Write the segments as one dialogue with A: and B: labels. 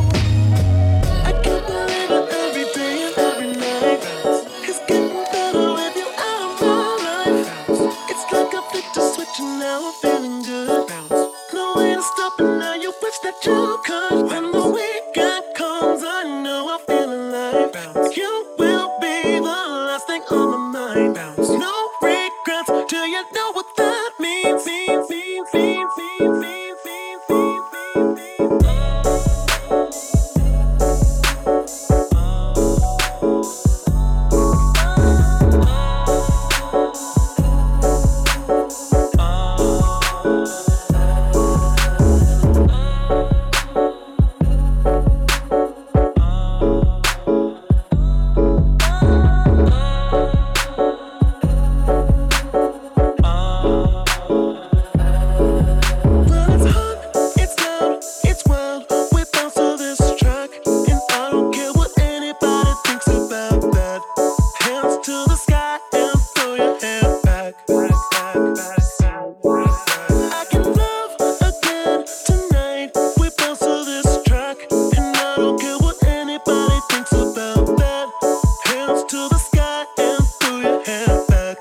A: I keep believing every day and every night. It's getting better with you out of my life. It's like I flipped a switch and now I'm feeling good. No way to stop it now. You wish that you could. When the weekend comes, I know I feel alive. You will be the last thing on my mind. No regrets till you know what that means. means, means, means, means, means, means, means, means, means. Well, it's hot, it's loud, it's wild. We're bound to this track, and I don't care what anybody thinks about that. Hands to the sky and throw your hair back. I can love again tonight. We're bound to this track, and I don't care what anybody thinks about that. Hands to the sky and throw your hair back.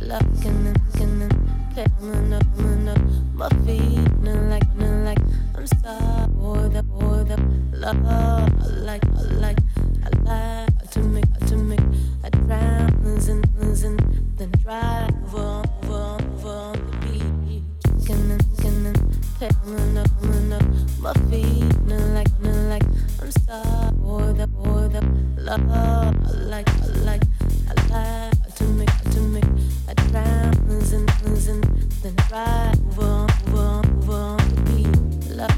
B: Looking and looking and coming up, coming up. My feet and like, and like. I'm stuck with up, with up. Love, I like, I like, I like to make, to make. I drown and and then drive on, on, on the beach. Looking and looking and coming up, coming up. My feet and like, and like. I'm stuck with up, with up. Love, I like, I like, I like to make, to make. I drown and and then drive on, on, on the beach. Love.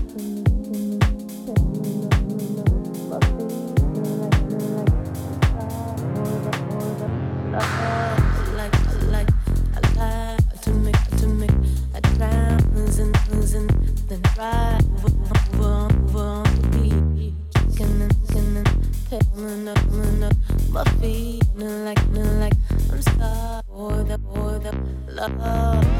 B: Love.